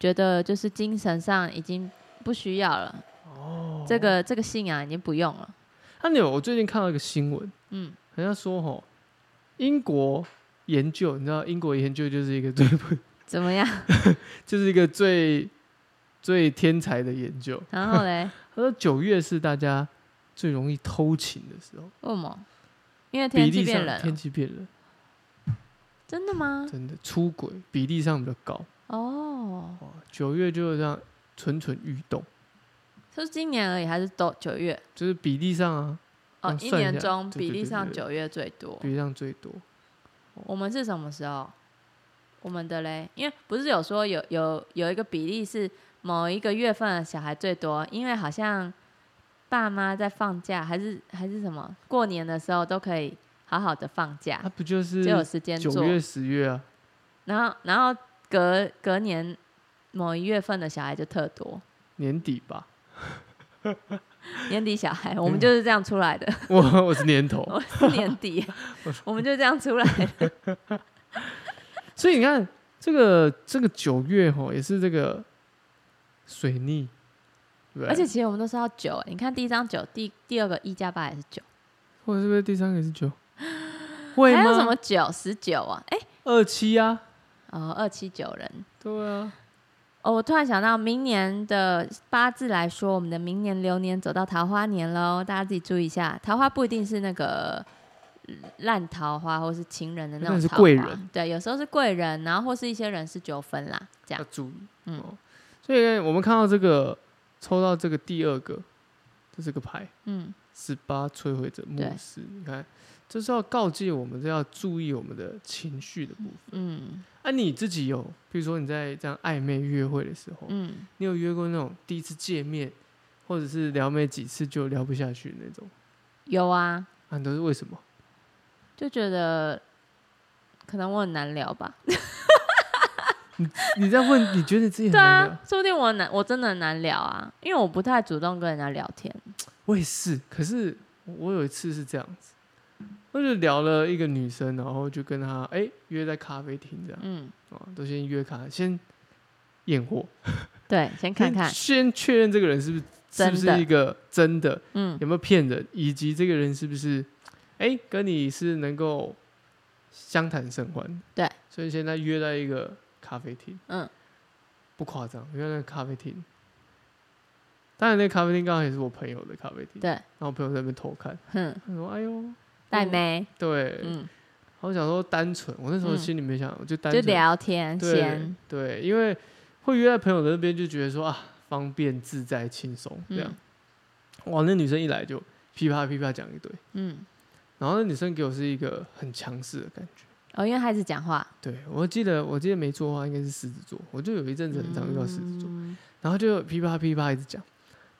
Speaker 2: 觉得就是精神上已经不需要了，
Speaker 1: 哦。
Speaker 2: 这，个这个信仰已经不用了，
Speaker 1: 那你有我最近看到一个新闻，
Speaker 2: 嗯，
Speaker 1: 人家说吼，英国研究，你知道英国研究就是一个最
Speaker 2: 怎么样？
Speaker 1: 就是一个最最天才的研究。
Speaker 2: 然后嘞，
Speaker 1: 他说九月是大家最容易偷情的时候，
Speaker 2: 为什么？因为
Speaker 1: 比
Speaker 2: 天气
Speaker 1: 例
Speaker 2: 变冷
Speaker 1: 上
Speaker 2: 了
Speaker 1: 天气变冷，
Speaker 2: 真的吗？
Speaker 1: 真的出轨比例上比较高。
Speaker 2: 哦，
Speaker 1: 哇，九月就这样蠢蠢欲动，
Speaker 2: 就是今年而已，还是都九月？
Speaker 1: 就是比例上啊，
Speaker 2: 哦，
Speaker 1: 哦
Speaker 2: 一
Speaker 1: 算一
Speaker 2: 年
Speaker 1: 下
Speaker 2: 中
Speaker 1: 对
Speaker 2: 比
Speaker 1: 对
Speaker 2: 例
Speaker 1: 对
Speaker 2: 上
Speaker 1: 对
Speaker 2: 九月最多。
Speaker 1: 比例上最多。
Speaker 2: 我们是什么时候？我们的嘞，因为不是有说有有有一个比例是某一个月份的小孩最多，因为好像爸妈在放假，还是还是什么过年的时候都可以好好的放假
Speaker 1: 他、，啊不就是
Speaker 2: 就啊有时间做
Speaker 1: 九。月、十月啊？
Speaker 2: 然后然后隔隔年某一月份的小孩就特多，
Speaker 1: 年底吧？
Speaker 2: 年底小孩，我们就是这样出来的，
Speaker 1: 我我是年头，
Speaker 2: 我是年 底，我们就这样出来的。
Speaker 1: 所以你看这个这个九月吼，也是这个水逆，对不对
Speaker 2: 而且其实我们都是要九，欸你看第一张九，第第二个一加八也是九。
Speaker 1: 或者是不是第三个也是 九？会
Speaker 2: 还
Speaker 1: 吗？
Speaker 2: 有什么九十九啊？哎、
Speaker 1: 二七啊？
Speaker 2: 哦，二七九人，
Speaker 1: 对啊，
Speaker 2: 哦，我突然想到，明年的八字来说，我们的明年流年走到桃花年喽，大家自己注意一下。桃花不一定是那个嗯烂桃花，或是情人的那
Speaker 1: 那
Speaker 2: 种
Speaker 1: 是
Speaker 2: 桃花，
Speaker 1: 贵人
Speaker 2: 对，有时候是贵人，然后或是一些人是纠纷啦，这
Speaker 1: 要
Speaker 2: 样。
Speaker 1: 注意。
Speaker 2: 嗯
Speaker 1: 哦，所以呢，我们看到这个抽到这个第二个，就这个牌
Speaker 2: 嗯，
Speaker 1: 十八摧毁者牧
Speaker 2: 对
Speaker 1: 师，你看，这是要告诫我们，这要注意我们的情绪的部分。
Speaker 2: 嗯
Speaker 1: 啊，你自己有，比如说你在这样暧昧约会的时候，
Speaker 2: 嗯，
Speaker 1: 你有约过那种第一次见面，或者是聊没几次就聊不下去的那种，
Speaker 2: 有啊，
Speaker 1: 啊，你都是为什么？
Speaker 2: 就觉得可能我很难聊吧。
Speaker 1: 你在问，你觉得你自己很
Speaker 2: 对
Speaker 1: 难
Speaker 2: 啊
Speaker 1: 聊？，
Speaker 2: 说不定我很难，我真的很难聊啊，因为我不太主动跟人家聊天。
Speaker 1: 我也是，可是我有一次是这样子，我就聊了一个女生，然后就跟她哎、约在咖啡厅这样，
Speaker 2: 嗯，
Speaker 1: 哦，都先约咖，先验货，
Speaker 2: 对，先看看
Speaker 1: 先。先确认这个人是不是是不
Speaker 2: 真
Speaker 1: 是
Speaker 2: 的
Speaker 1: 一个真的，
Speaker 2: 嗯
Speaker 1: 有没有骗人，以及这个人是不是哎、跟你是能够相谈甚欢。
Speaker 2: 对，
Speaker 1: 所以现在约在一个咖啡厅，
Speaker 2: 嗯，
Speaker 1: 不夸张，约在那个咖啡厅。当然，那咖啡厅刚好也是我朋友的咖啡厅，
Speaker 2: 对，
Speaker 1: 然后我朋友在那边偷看，
Speaker 2: 哼，
Speaker 1: 他说：“哎呦，
Speaker 2: 带
Speaker 1: 我
Speaker 2: 妹，
Speaker 1: 对，然
Speaker 2: 嗯，
Speaker 1: 后我想说单纯，我那时候
Speaker 2: 嗯
Speaker 1: 心里面想，我就单
Speaker 2: 就
Speaker 1: 纯
Speaker 2: 聊天
Speaker 1: 对
Speaker 2: 先，
Speaker 1: 对，因为会约在朋友的那边，就觉得说啊，方便、自在、轻松这样。哇，那女生一来就噼啪噼啪讲一堆，
Speaker 2: 嗯，
Speaker 1: 然后那女生给我是一个很强势的感觉。
Speaker 2: 哦，因为孩子讲话，
Speaker 1: 对我记得，我记得没错的话，应该是狮子座，我就有一阵子很常遇到狮子座，
Speaker 2: 嗯
Speaker 1: 然后就噼啪噼啪一直讲，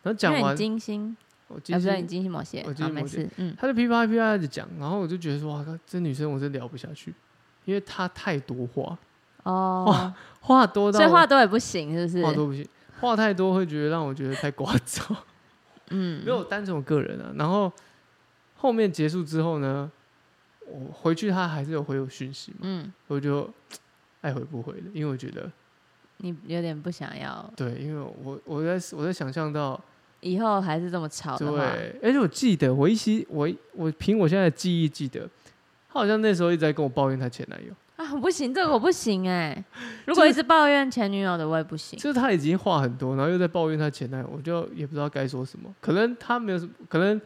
Speaker 1: 然后
Speaker 2: 因
Speaker 1: 讲
Speaker 2: 为你
Speaker 1: 完，哦
Speaker 2: 金星，
Speaker 1: 我
Speaker 2: 啊，
Speaker 1: 今
Speaker 2: 不对，你
Speaker 1: 天
Speaker 2: 金星摩羯，
Speaker 1: 我金
Speaker 2: 啊
Speaker 1: 星
Speaker 2: 没
Speaker 1: 摩羯
Speaker 2: 事，嗯，
Speaker 1: 她就噼啪噼啪一直讲，然后我就觉得说，哇，这女生我真聊不下去，因为她太多话，
Speaker 2: 哦，
Speaker 1: 话多到
Speaker 2: 所以
Speaker 1: 我
Speaker 2: 话多也不行，是不
Speaker 1: 话
Speaker 2: 是？
Speaker 1: 多不行，话太多会觉得让我觉得太聒噪。
Speaker 2: 嗯
Speaker 1: 因为，我单纯我个人啊，然后后面结束之后呢，我回去他还是有回我讯息嘛，
Speaker 2: 嗯，
Speaker 1: 我就爱回不回的，因为我觉得
Speaker 2: 你有点不想要，
Speaker 1: 对，因为我我在我在想象到
Speaker 2: 以后还是这么吵
Speaker 1: 对
Speaker 2: 的话，，
Speaker 1: 而且我记得我依稀我我凭我现在的记忆记得，她好像那时候一直在跟我抱怨她前男友，
Speaker 2: 啊，不行，这个我不 行哎，如果一直抱怨前女友的，我也不行，
Speaker 1: 就是她已经话很多，然后又在抱怨她前男友，我就也不知道该说什么，可能她没有什么，可能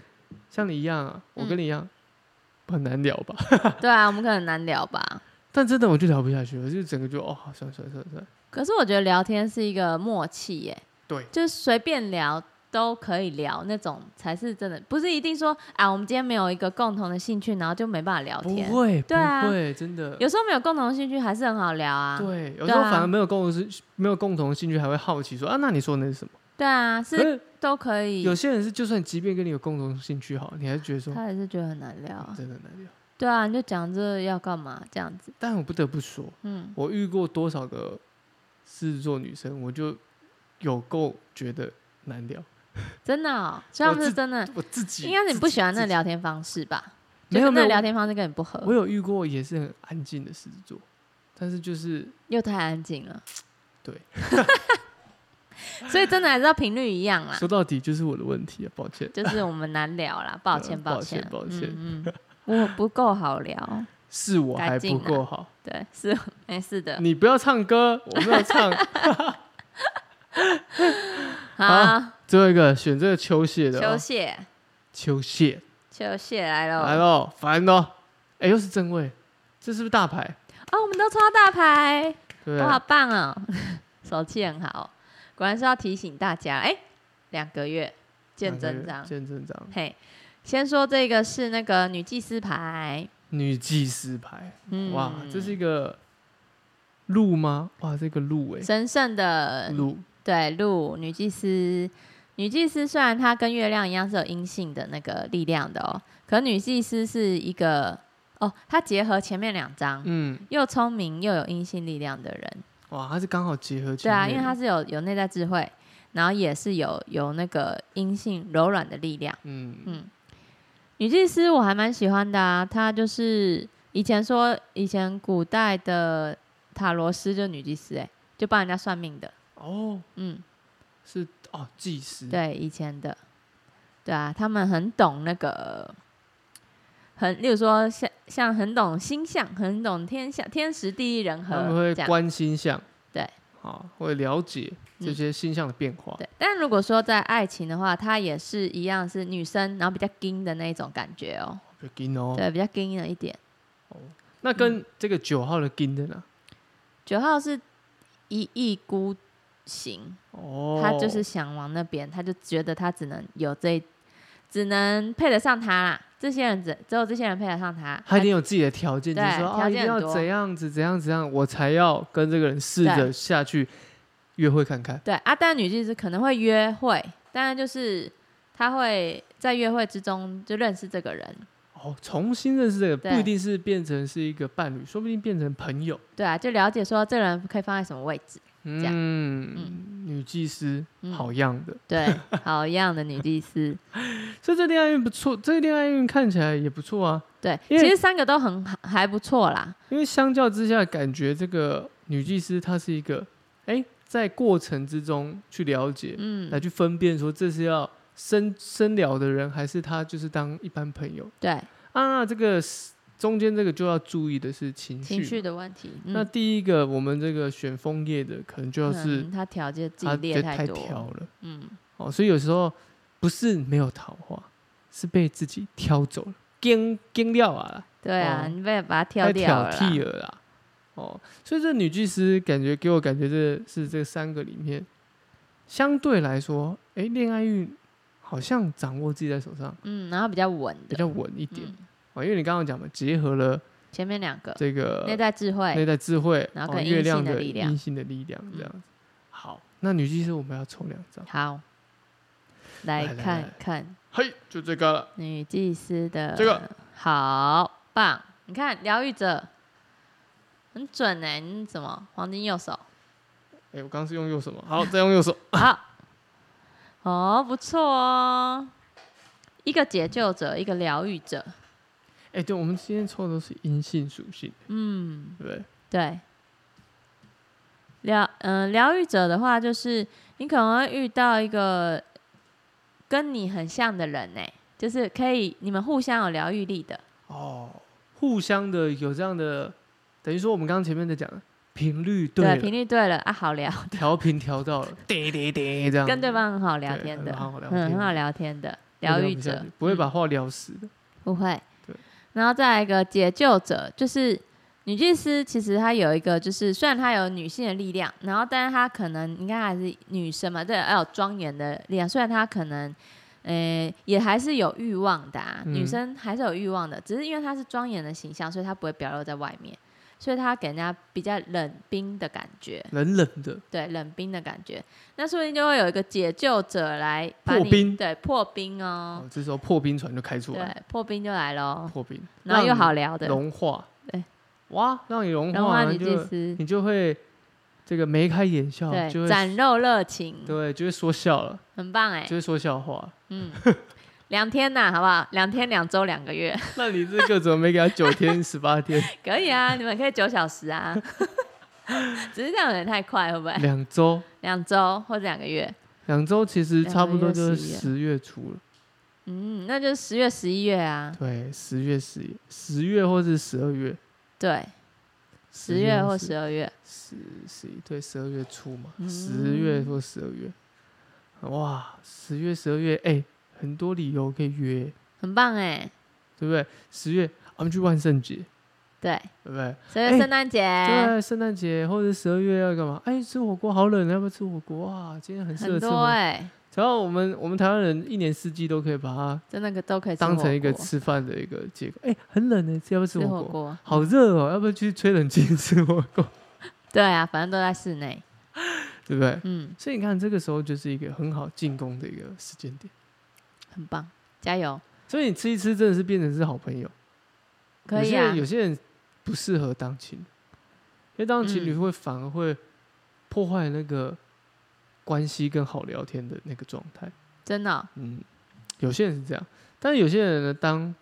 Speaker 1: 像你一样啊，
Speaker 2: 嗯
Speaker 1: 我跟你一样、很难聊吧。
Speaker 2: 对啊，我们可能难聊吧。
Speaker 1: 但真的我就聊不下去，我就整个就哦，算了算了算了算了，
Speaker 2: 可是我觉得聊天是一个默契耶，
Speaker 1: 对
Speaker 2: 就是随便聊都可以聊那种才是真的，不是一定说啊，我们今天没有一个共同的兴趣，然后就没办法聊天
Speaker 1: 不。会，
Speaker 2: 对啊
Speaker 1: 不会，真的，
Speaker 2: 有时候没有共同的兴趣还是很好聊啊，
Speaker 1: 对，有
Speaker 2: 对
Speaker 1: 时候
Speaker 2: 啊
Speaker 1: 反而没有共同是没有共同的兴趣，还会好奇说啊，那你说的那是什么？
Speaker 2: 对啊，
Speaker 1: 可
Speaker 2: 是
Speaker 1: 是
Speaker 2: 都可以。
Speaker 1: 有些人是，就算即便跟你有共同兴趣好，你还是觉得说
Speaker 2: 他还是觉得很难聊啊，
Speaker 1: 真的很难聊。
Speaker 2: 对啊，你就讲这要干嘛这样子，
Speaker 1: 但我不得不说，
Speaker 2: 嗯，
Speaker 1: 我遇过多少个狮子座女生，我就有够觉得难聊。
Speaker 2: 真的、哦，所以他们是真的，
Speaker 1: 我自己
Speaker 2: 应该是你不喜欢
Speaker 1: 自
Speaker 2: 那
Speaker 1: 己
Speaker 2: 聊天方式吧？
Speaker 1: 没有
Speaker 2: 就是
Speaker 1: 没
Speaker 2: 那
Speaker 1: 有
Speaker 2: 聊天方式跟你不
Speaker 1: 我
Speaker 2: 合，
Speaker 1: 有遇过也是很安静的狮子座，但是就是
Speaker 2: 又太安静了，
Speaker 1: 对，
Speaker 2: 所以真的还是要频率一样 啊啦。
Speaker 1: 说到底就是我的问题啊，抱歉。
Speaker 2: 就是我们难聊啦，抱歉，
Speaker 1: 嗯抱
Speaker 2: 歉，
Speaker 1: 歉抱歉
Speaker 2: 嗯，嗯我不够好聊，
Speaker 1: 是我
Speaker 2: 改
Speaker 1: 还
Speaker 2: 进
Speaker 1: 不
Speaker 2: 啊
Speaker 1: 够好。
Speaker 2: 对，是，哎，是的，
Speaker 1: 你不要唱歌，我没有 唱。
Speaker 2: 好，
Speaker 1: 最后一个选这个秋蟹的、
Speaker 2: 秋
Speaker 1: 哦，
Speaker 2: 蟹，
Speaker 1: 秋蟹
Speaker 2: 秋蟹来喽，
Speaker 1: 来喽，烦哦。哎、又是正位，这是不是大牌？
Speaker 2: 哦，我们都抽到大牌，
Speaker 1: 对不
Speaker 2: 哇，好
Speaker 1: 对？
Speaker 2: 棒哦， 手气很好，果然是要提醒大家，哎，两个月见真
Speaker 1: 两
Speaker 2: 章
Speaker 1: 个，见真章，
Speaker 2: 嘿，先说这个是那个女祭司牌，
Speaker 1: 女祭司牌，
Speaker 2: 嗯
Speaker 1: 哇，这是一个鹿吗？哇，这个鹿哎、
Speaker 2: 神圣的
Speaker 1: 鹿，
Speaker 2: 对，鹿女祭司，女祭司虽然她跟月亮一样是有阴性的那个力量的哦，可女祭司是一个哦，她结合前面两张，
Speaker 1: 嗯，
Speaker 2: 又聪明又有阴性力量的人，
Speaker 1: 哇，它是刚好结合起
Speaker 2: 对
Speaker 1: 来
Speaker 2: 啊，
Speaker 1: 的，
Speaker 2: 因为她是有有内在智慧，然后也是有有那个阴性柔软的力量。
Speaker 1: 嗯，
Speaker 2: 嗯，女祭司我还蛮喜欢的啊，她就是以前说以前古代的塔罗师就是女祭司、欸，哎，就帮人家算命的，
Speaker 1: 哦，
Speaker 2: 嗯。
Speaker 1: 是哦，祭司，
Speaker 2: 对，以前的，对啊，他们很懂那个，很，例如说像像很懂星象，很懂天象，天时地利人
Speaker 1: 他们
Speaker 2: 和
Speaker 1: 会
Speaker 2: 这样。
Speaker 1: 观星象，
Speaker 2: 对，嗯
Speaker 1: 啊，或者了解这些星象的变化。
Speaker 2: 对，但如果说在爱情的话，它也是一样是女生，然后比较硬的那一种感觉哦，
Speaker 1: 比较紧哦，
Speaker 2: 对，比较硬了一点。
Speaker 1: 那跟这个九号的金的呢？
Speaker 2: 九号是一意孤行，
Speaker 1: 哦，
Speaker 2: 他就是想往那边，他就觉得他只能有这，只能配得上他啦。这些人只只有这些人配得上他，
Speaker 1: 他一定有自己的条件，就
Speaker 2: 对
Speaker 1: 是说啊，
Speaker 2: 条
Speaker 1: 一
Speaker 2: 件
Speaker 1: 定要
Speaker 2: 很多
Speaker 1: 怎样子怎样怎样，我才要跟这个人试着
Speaker 2: 对
Speaker 1: 下去约会看看。
Speaker 2: 对啊，但女记者可能会约会，当然就是他会在约会之中就认识这个人，
Speaker 1: 哦，重新认识这个，
Speaker 2: 对
Speaker 1: 不一定是变成是一个伴侣，说不定变成朋友。
Speaker 2: 对啊，就了解说这个人可以放在什么位置。样
Speaker 1: 嗯，女技师，
Speaker 2: 嗯
Speaker 1: 好样的。
Speaker 2: 对，好样的女祭司。
Speaker 1: 所以这恋爱运不错，这个恋爱运看起来也不错啊。
Speaker 2: 对，
Speaker 1: 因
Speaker 2: 其
Speaker 1: 为
Speaker 2: 实三个都很好还不错啦。
Speaker 1: 因为相较之下，感觉这个女技师她是一个，哎、在过程之中去了解，
Speaker 2: 嗯
Speaker 1: 来，去分辨说这是要深深聊的人，还是他就是当一般朋友
Speaker 2: 对，
Speaker 1: 啊。这个是中间这个就要注意的是情绪。
Speaker 2: 情绪的问题。嗯、
Speaker 1: 那第一个，我们这个选枫叶的，可能就要是
Speaker 2: 嗯、他条件自己
Speaker 1: 他
Speaker 2: 列
Speaker 1: 就
Speaker 2: 太
Speaker 1: 太
Speaker 2: 多，
Speaker 1: 挑了
Speaker 2: 嗯，
Speaker 1: 哦，所以有时候不是没有桃花，是被自己挑走了，惊惊掉啊啦。
Speaker 2: 对啊，
Speaker 1: 哦
Speaker 2: 你被把它挑
Speaker 1: 太
Speaker 2: 掉
Speaker 1: 挑
Speaker 2: 了啦
Speaker 1: 剔了啦。哦，所以这女技师感觉给我感觉这是这三个里面相对来说，哎、恋爱运好像掌握自己在手上
Speaker 2: 嗯，然后比较稳
Speaker 1: 比
Speaker 2: 的，
Speaker 1: 较稳一点、
Speaker 2: 嗯，
Speaker 1: 哦，因为你刚刚讲嘛，结合了
Speaker 2: 前面两个
Speaker 1: 这个
Speaker 2: 内在智慧，
Speaker 1: 内在智慧，
Speaker 2: 然后
Speaker 1: 哦、
Speaker 2: 跟
Speaker 1: 月
Speaker 2: 阴性
Speaker 1: 亮
Speaker 2: 的
Speaker 1: 的
Speaker 2: 力量嗯
Speaker 1: 阴性的力量这样子。好，那女技师我们要抽两张，
Speaker 2: 好，
Speaker 1: 来
Speaker 2: 来
Speaker 1: 来
Speaker 2: 看
Speaker 1: 来
Speaker 2: 看
Speaker 1: 嘿，就这个了。
Speaker 2: 女祭司的
Speaker 1: 这个
Speaker 2: 好棒，你看疗愈者很准哎、你怎么黄金右手？
Speaker 1: 哎、我刚刚是用右手嘛， 好，再用右手。
Speaker 2: 好，哦，不错哦，一个解救者，一个疗愈者，
Speaker 1: 哎、对，我们今天抽的都是阴性属性，
Speaker 2: 嗯。
Speaker 1: 对不对？
Speaker 2: 对，疗嗯疗愈者的话，就是你可能会遇到一个跟你很像的人呢、欸就是可以你们互相有疗愈力的，
Speaker 1: 哦，互相的有这样的，等于说我们刚刚前面在讲的频率对
Speaker 2: 对，
Speaker 1: 了，
Speaker 2: 频率对了啊，好聊，
Speaker 1: 调频调到了，滴滴滴这样，
Speaker 2: 跟对方很好聊天的，
Speaker 1: 嗯很好聊天
Speaker 2: 嗯，很好聊天的
Speaker 1: 会聊
Speaker 2: 疗愈
Speaker 1: 不下
Speaker 2: 者
Speaker 1: 去，不会
Speaker 2: 嗯
Speaker 1: 把话聊死的。
Speaker 2: 不会
Speaker 1: 对。
Speaker 2: 然后再来一个解救者，就是女祭司，其实她有一个，就是虽然她有女性的力量，然后但是她可能你看还是女生嘛，对，要有庄严的力量。虽然她可能，呃，也还是有欲望的、啊，
Speaker 1: 嗯
Speaker 2: 女生还是有欲望的，只是因为她是庄严的形象，所以她不会表露在外面，所以她给人家比较冷冰的感觉，
Speaker 1: 冷冷的，
Speaker 2: 对，冷冰的感觉。那说不定就会有一个解救者来把
Speaker 1: 破
Speaker 2: 你
Speaker 1: 冰
Speaker 2: 对，破冰哦，
Speaker 1: 哦，这时候破冰船就开出
Speaker 2: 对
Speaker 1: 来，，
Speaker 2: 破冰就来喽。
Speaker 1: 破冰，
Speaker 2: 然后又
Speaker 1: 啊让你
Speaker 2: 好聊的，
Speaker 1: 融化，
Speaker 2: 对，
Speaker 1: 哇，让你融
Speaker 2: 融化
Speaker 1: 化，
Speaker 2: 女
Speaker 1: 你
Speaker 2: 祭
Speaker 1: 就
Speaker 2: 司，
Speaker 1: 你就会这个眉开眼笑，就
Speaker 2: 对，
Speaker 1: 会
Speaker 2: 展露热情，
Speaker 1: 对，就会说笑了，
Speaker 2: 很棒哎
Speaker 1: 就，会说笑话。
Speaker 2: 嗯，两天呐，好不好？两天、两周、两个月，
Speaker 1: 那你这个怎么没给他九天十八天
Speaker 2: 可以啊，你们可以九小时啊， 只是这样有点太快，会不会？
Speaker 1: 两周？
Speaker 2: 两周或者两个月，
Speaker 1: 两周其实
Speaker 2: 两
Speaker 1: 差
Speaker 2: 个
Speaker 1: 不多
Speaker 2: 月
Speaker 1: 就是
Speaker 2: 十
Speaker 1: 十月初了，
Speaker 2: 嗯，那就是十月、十一月啊，
Speaker 1: 对，十月、十一、十月或是十二月，
Speaker 2: 对，十月或
Speaker 1: 十
Speaker 2: 十二月，
Speaker 1: 十十一，对，十二月初嘛，
Speaker 2: 嗯
Speaker 1: 十月或十二月，哇，十月、十二月，哎、很多理由可以约，
Speaker 2: 很棒哎，
Speaker 1: 对不对？十月我们去万圣节，
Speaker 2: 对，
Speaker 1: 对不对？
Speaker 2: 所以
Speaker 1: 哎
Speaker 2: 圣诞节
Speaker 1: 对，圣诞节或者十二月要干嘛？哎、吃火锅好冷，要不要吃火锅啊？今天很适合
Speaker 2: 很
Speaker 1: 吃
Speaker 2: 多
Speaker 1: 火锅。
Speaker 2: 哎，
Speaker 1: 只要我们我们台湾人一年四季都可以把它
Speaker 2: 真的都可以吃
Speaker 1: 当成
Speaker 2: 火
Speaker 1: 一个
Speaker 2: 锅
Speaker 1: 吃饭的一个借口。哎、很冷呢，要不要吃
Speaker 2: 吃
Speaker 1: 火
Speaker 2: 火
Speaker 1: 锅？
Speaker 2: 锅，
Speaker 1: 好热哦，要不要去吹冷气吃火锅？
Speaker 2: 对啊，反正都在室内，
Speaker 1: 对不对？
Speaker 2: 嗯，
Speaker 1: 所以你看，这个时候就是一个很好进攻的一个时间点。
Speaker 2: 很棒，加油，
Speaker 1: 所以你吃一吃，真的是变成是好朋友。
Speaker 2: 可
Speaker 1: 有
Speaker 2: 以
Speaker 1: 些
Speaker 2: 啊
Speaker 1: 人，有些人不适合当情侣，因为当
Speaker 2: 嗯
Speaker 1: 情侣会反而会破坏那个关系跟好聊天的那个状态。
Speaker 2: 真的哦，
Speaker 1: 嗯，有些人是这样，但是有些人呢，当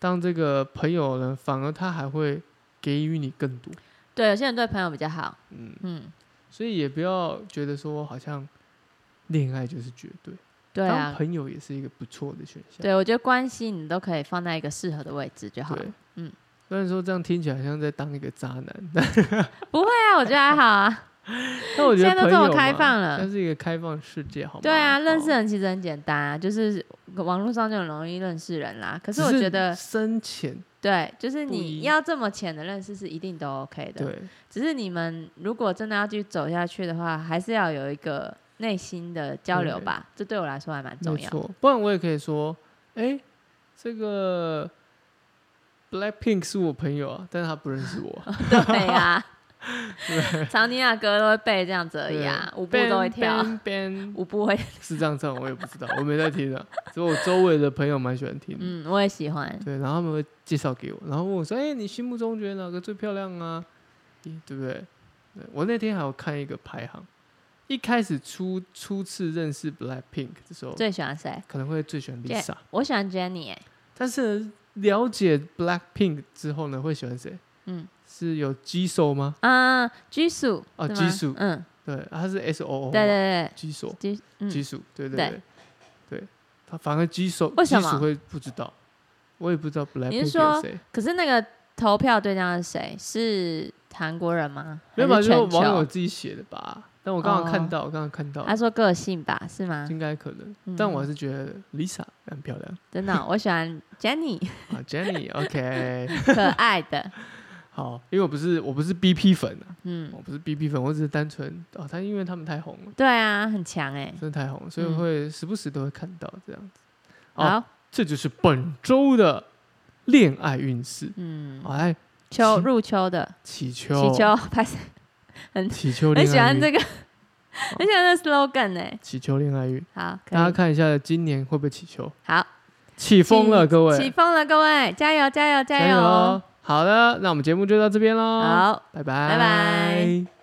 Speaker 1: 当这个朋友呢，反而他还会给予你更多。
Speaker 2: 对，有些人对朋友比较好，
Speaker 1: 嗯，
Speaker 2: 嗯，
Speaker 1: 所以也不要觉得说好像恋爱就是绝对，
Speaker 2: 对
Speaker 1: 当
Speaker 2: 啊，
Speaker 1: 朋友也是一个不错的选项。
Speaker 2: 对我觉得关系你都可以放在一个适合的位置就好了
Speaker 1: 对。
Speaker 2: 嗯，
Speaker 1: 虽然说这样听起来像在当一个渣男，但
Speaker 2: 不会啊，我觉得还好啊。
Speaker 1: 但我觉得
Speaker 2: 现在都这
Speaker 1: 朋友
Speaker 2: 么开
Speaker 1: 嘛
Speaker 2: 放了
Speaker 1: 现在是一个开放世界，好吗？
Speaker 2: 对啊，认识
Speaker 1: 哦，
Speaker 2: 人其实很简单啊，就是网络上就很容易认识人啦。可
Speaker 1: 可
Speaker 2: 是我觉得，
Speaker 1: 深浅，
Speaker 2: 对，就是
Speaker 1: 不一
Speaker 2: 你要这么浅的认识是一定都 OK 的。
Speaker 1: 对，
Speaker 2: 只是你们如果真的要继续走下去的话，还是要有一个内心的交流吧。这对我来说还蛮
Speaker 1: 没
Speaker 2: 重要。
Speaker 1: 错。不然我也可以说，哎，这个 Blackpink 是我朋友啊，但是他不认识我，
Speaker 2: 哎对啊 呀、长尼亚歌都会背这样子而已啊，
Speaker 1: 对
Speaker 2: 舞步都会
Speaker 1: Bang,
Speaker 2: 跳，
Speaker 1: bang, bang
Speaker 2: 舞步会。
Speaker 1: 是这样唱，我也不知道，我没在听啊，只有我周围的朋友蛮喜欢听的。
Speaker 2: 嗯，我也喜欢。
Speaker 1: 对，然后他们会介绍给我，然后问我说：“哎、你心目中觉得哪个最漂亮啊？咦对不对？”对我那天还有看一个排行，一开始初初次认识 Blackpink 的时候，
Speaker 2: 最喜欢谁？
Speaker 1: 可能会最喜欢
Speaker 2: Yeah
Speaker 1: Lisa，
Speaker 2: 我喜欢 Jenny，、欸、
Speaker 1: 但是呢了解 Blackpink 之后呢，会喜欢谁？
Speaker 2: 嗯，
Speaker 1: 是有 Jisoo 吗？
Speaker 2: 啊，Jisoo
Speaker 1: 哦
Speaker 2: 是吗
Speaker 1: Jisoo
Speaker 2: 嗯，
Speaker 1: 对，啊他是 S O O，
Speaker 2: 对对
Speaker 1: Jisoo
Speaker 2: 对，Jis 嗯
Speaker 1: Jisoo，对对
Speaker 2: 对
Speaker 1: 对对，他反而 Jisoo
Speaker 2: 为什么
Speaker 1: Jisoo 会不知道，我也不知道 Blackpink
Speaker 2: 你是说
Speaker 1: 有谁。
Speaker 2: 可是那个投票对象是谁？是韩国人吗？
Speaker 1: 没有吧？
Speaker 2: 还
Speaker 1: 就是是
Speaker 2: 全
Speaker 1: 网友
Speaker 2: 球？
Speaker 1: 自己写的吧。但我刚刚看到，我刚刚看到，
Speaker 2: 他说个性吧，是吗？
Speaker 1: 应该可能。
Speaker 2: 嗯
Speaker 1: 但我还是觉得 Lisa 很漂亮
Speaker 2: 真的哦、我喜欢 Jenny，
Speaker 1: 啊 ，Jenny，OK，、
Speaker 2: 可爱的。
Speaker 1: 好，因为我不是我不是 BP 粉啊，
Speaker 2: 嗯，
Speaker 1: 我不是 BP 粉，我只是单纯哦，他因为他们太红了，
Speaker 2: 对啊，很强哎、
Speaker 1: 真的太红了，所以
Speaker 2: 嗯
Speaker 1: 会时不时都会看到这样子。好，
Speaker 2: 好，
Speaker 1: 这就是本周的恋爱运势。
Speaker 2: 嗯，
Speaker 1: 好，来
Speaker 2: 秋入秋的
Speaker 1: 祈求，
Speaker 2: 祈求，拍手
Speaker 1: 祈求恋爱运，
Speaker 2: 很喜欢这个，很喜欢这 slogan 哎、
Speaker 1: 祈求恋爱运，
Speaker 2: 好，
Speaker 1: 哦
Speaker 2: 可
Speaker 1: 大家
Speaker 2: 以，
Speaker 1: 看一下今年会不会祈求
Speaker 2: 好，
Speaker 1: 起风了，各位，
Speaker 2: 起风了，各位，加
Speaker 1: 哦
Speaker 2: 油，加油，加油！哦
Speaker 1: 好的，那我们节目就到这边喽，
Speaker 2: 好。
Speaker 1: 拜拜，
Speaker 2: 拜拜。